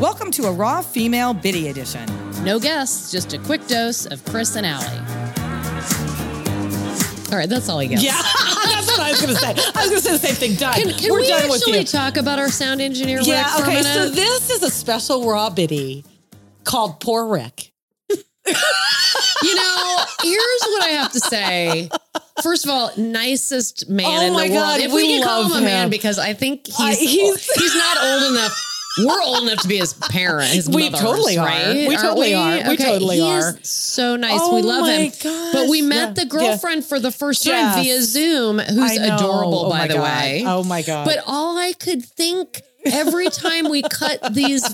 Welcome to a Raw Female Biddy Edition. No guests, just a quick dose of Chris and Allie. All right, that's all I guess. Yeah, that's what I was going to say. I was going to say the same thing. Done. Can, can We're we done with actually you. talk about our sound engineer Rick yeah, for okay. a So minute? this is a special Raw Biddy called Poor Rick. you know, here's what I have to say. First of all, nicest man Oh in my the God, world. If we we can call him, love a man him. because I think he's I- he's- he's, not old enough. We're old enough to be his parent. His We mothers, totally are. right? We Aren't totally are. We totally he is are. so nice. Oh we love my him. gosh. But we met Yeah. the girlfriend for the first time Yes. via Zoom, I who's know. adorable, Oh my by the God. way. Oh my God. But all I could think every time we cut these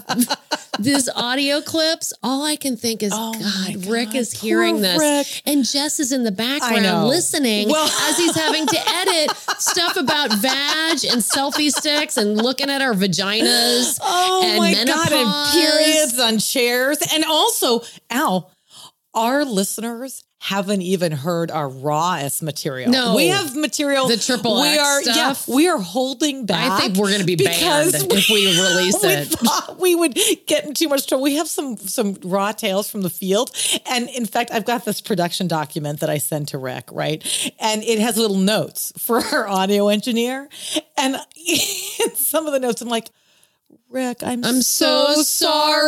these audio clips, all I can think is, Oh my God, Rick God. is hearing Poor this. Rick. And Jess is in the know. background listening Well- as he's having to edit stuff about vag and selfie sticks and looking at our vaginas. Oh and my menopause. god! And periods on chairs, and also, Al, our listeners haven't even heard our rawest material. No. we have material. The triple We X are stuff. yeah. We are holding back. I think we're going to be banned because if we release we it. thought we would get in too much trouble. We have some some raw tales from the field, and in fact, I've got this production document that I send to Rick, right? And it has little notes for our audio engineer, and in some of the notes, I'm like. Rick, I'm, I'm so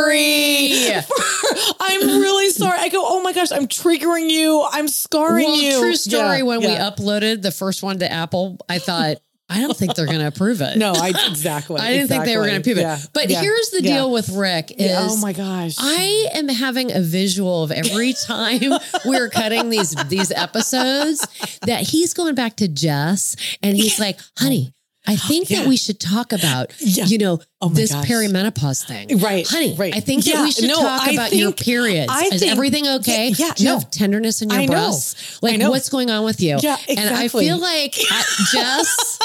sorry. for- I'm really sorry. I go, oh my gosh, I'm triggering you. I'm scarring well, you. true story. Yeah, when we yeah. uploaded the first one to Apple, I thought, I don't think they're going to approve it. No, I exactly. I didn't think they were going to exactly. approve it. Yeah, But yeah, here's the yeah. deal with Rick: is Yeah, oh my gosh. I am having a visual of every time we're cutting these these episodes that he's going back to Jess and he's like, "Honey, I think Oh, Yeah. that we should talk about Yeah. you know Oh my this gosh. perimenopause thing, Right, honey? right. I think Yeah, that we should no, talk I about your think- periods. I Is think- everything okay? yeah, Do you no. have tenderness in your I know. breasts? I Like, know. what's going on with you? Yeah, And I exactly. feel like I, Jess,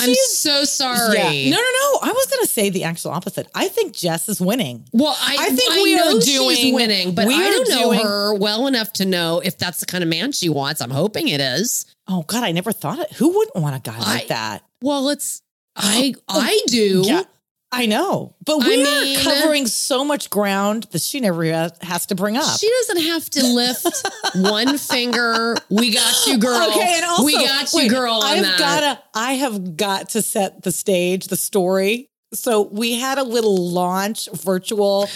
I'm She's- so sorry. Yeah. No, no, no. I was going to say the actual opposite. I think Jess is winning. Well, I, I think I we are know doing- she's winning, but we I are don't know doing- her well enough to know if that's the kind of man she wants. I'm hoping it is. Oh God, I never thought it. Who wouldn't want a guy I- like that? Well, it's I I do. Oh, Yeah. I know, but we I are mean- covering so much ground that she never ha- has to bring up. She doesn't have to lift one finger. We got you, girl. Okay, and also we got you, wait, girl. on I've that. gotta I have got to set the stage, the story. So we had a little launch virtual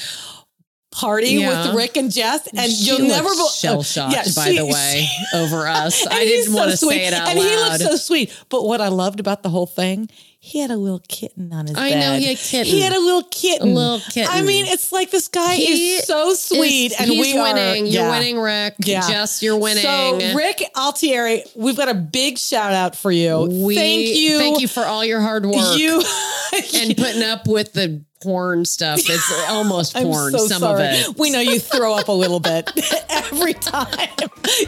party Yeah. with Rick and Jess, and She you'll never looked bel- shell shocked. yeah, by she- the way, over us, And I he's didn't want to sweet. say it out and loud. he looked so sweet. But what I loved about the whole thing, he had a little kitten on his I bed. know, he had a kitten. He had a little kitten. A little kitten. I mean, it's like this guy He is so sweet, and He's we are winning. You're yeah. winning, Rick. Yeah. Jess, you're winning. So, Rick Altieri, we've got a big shout out for you. we thank you. Thank you for all your hard work. You and putting up with the porn stuff. It's almost I'm porn, so some sorry. of it. We know you throw up a little bit every time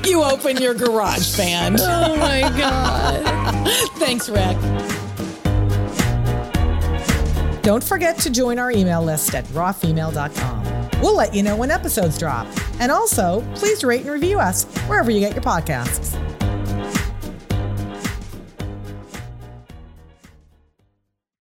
you open your garage band. Oh my God. Thanks, Rick. Don't forget to join our email list at rawfemale.com. We'll let you know when episodes drop. And also, please rate and review us wherever you get your podcasts.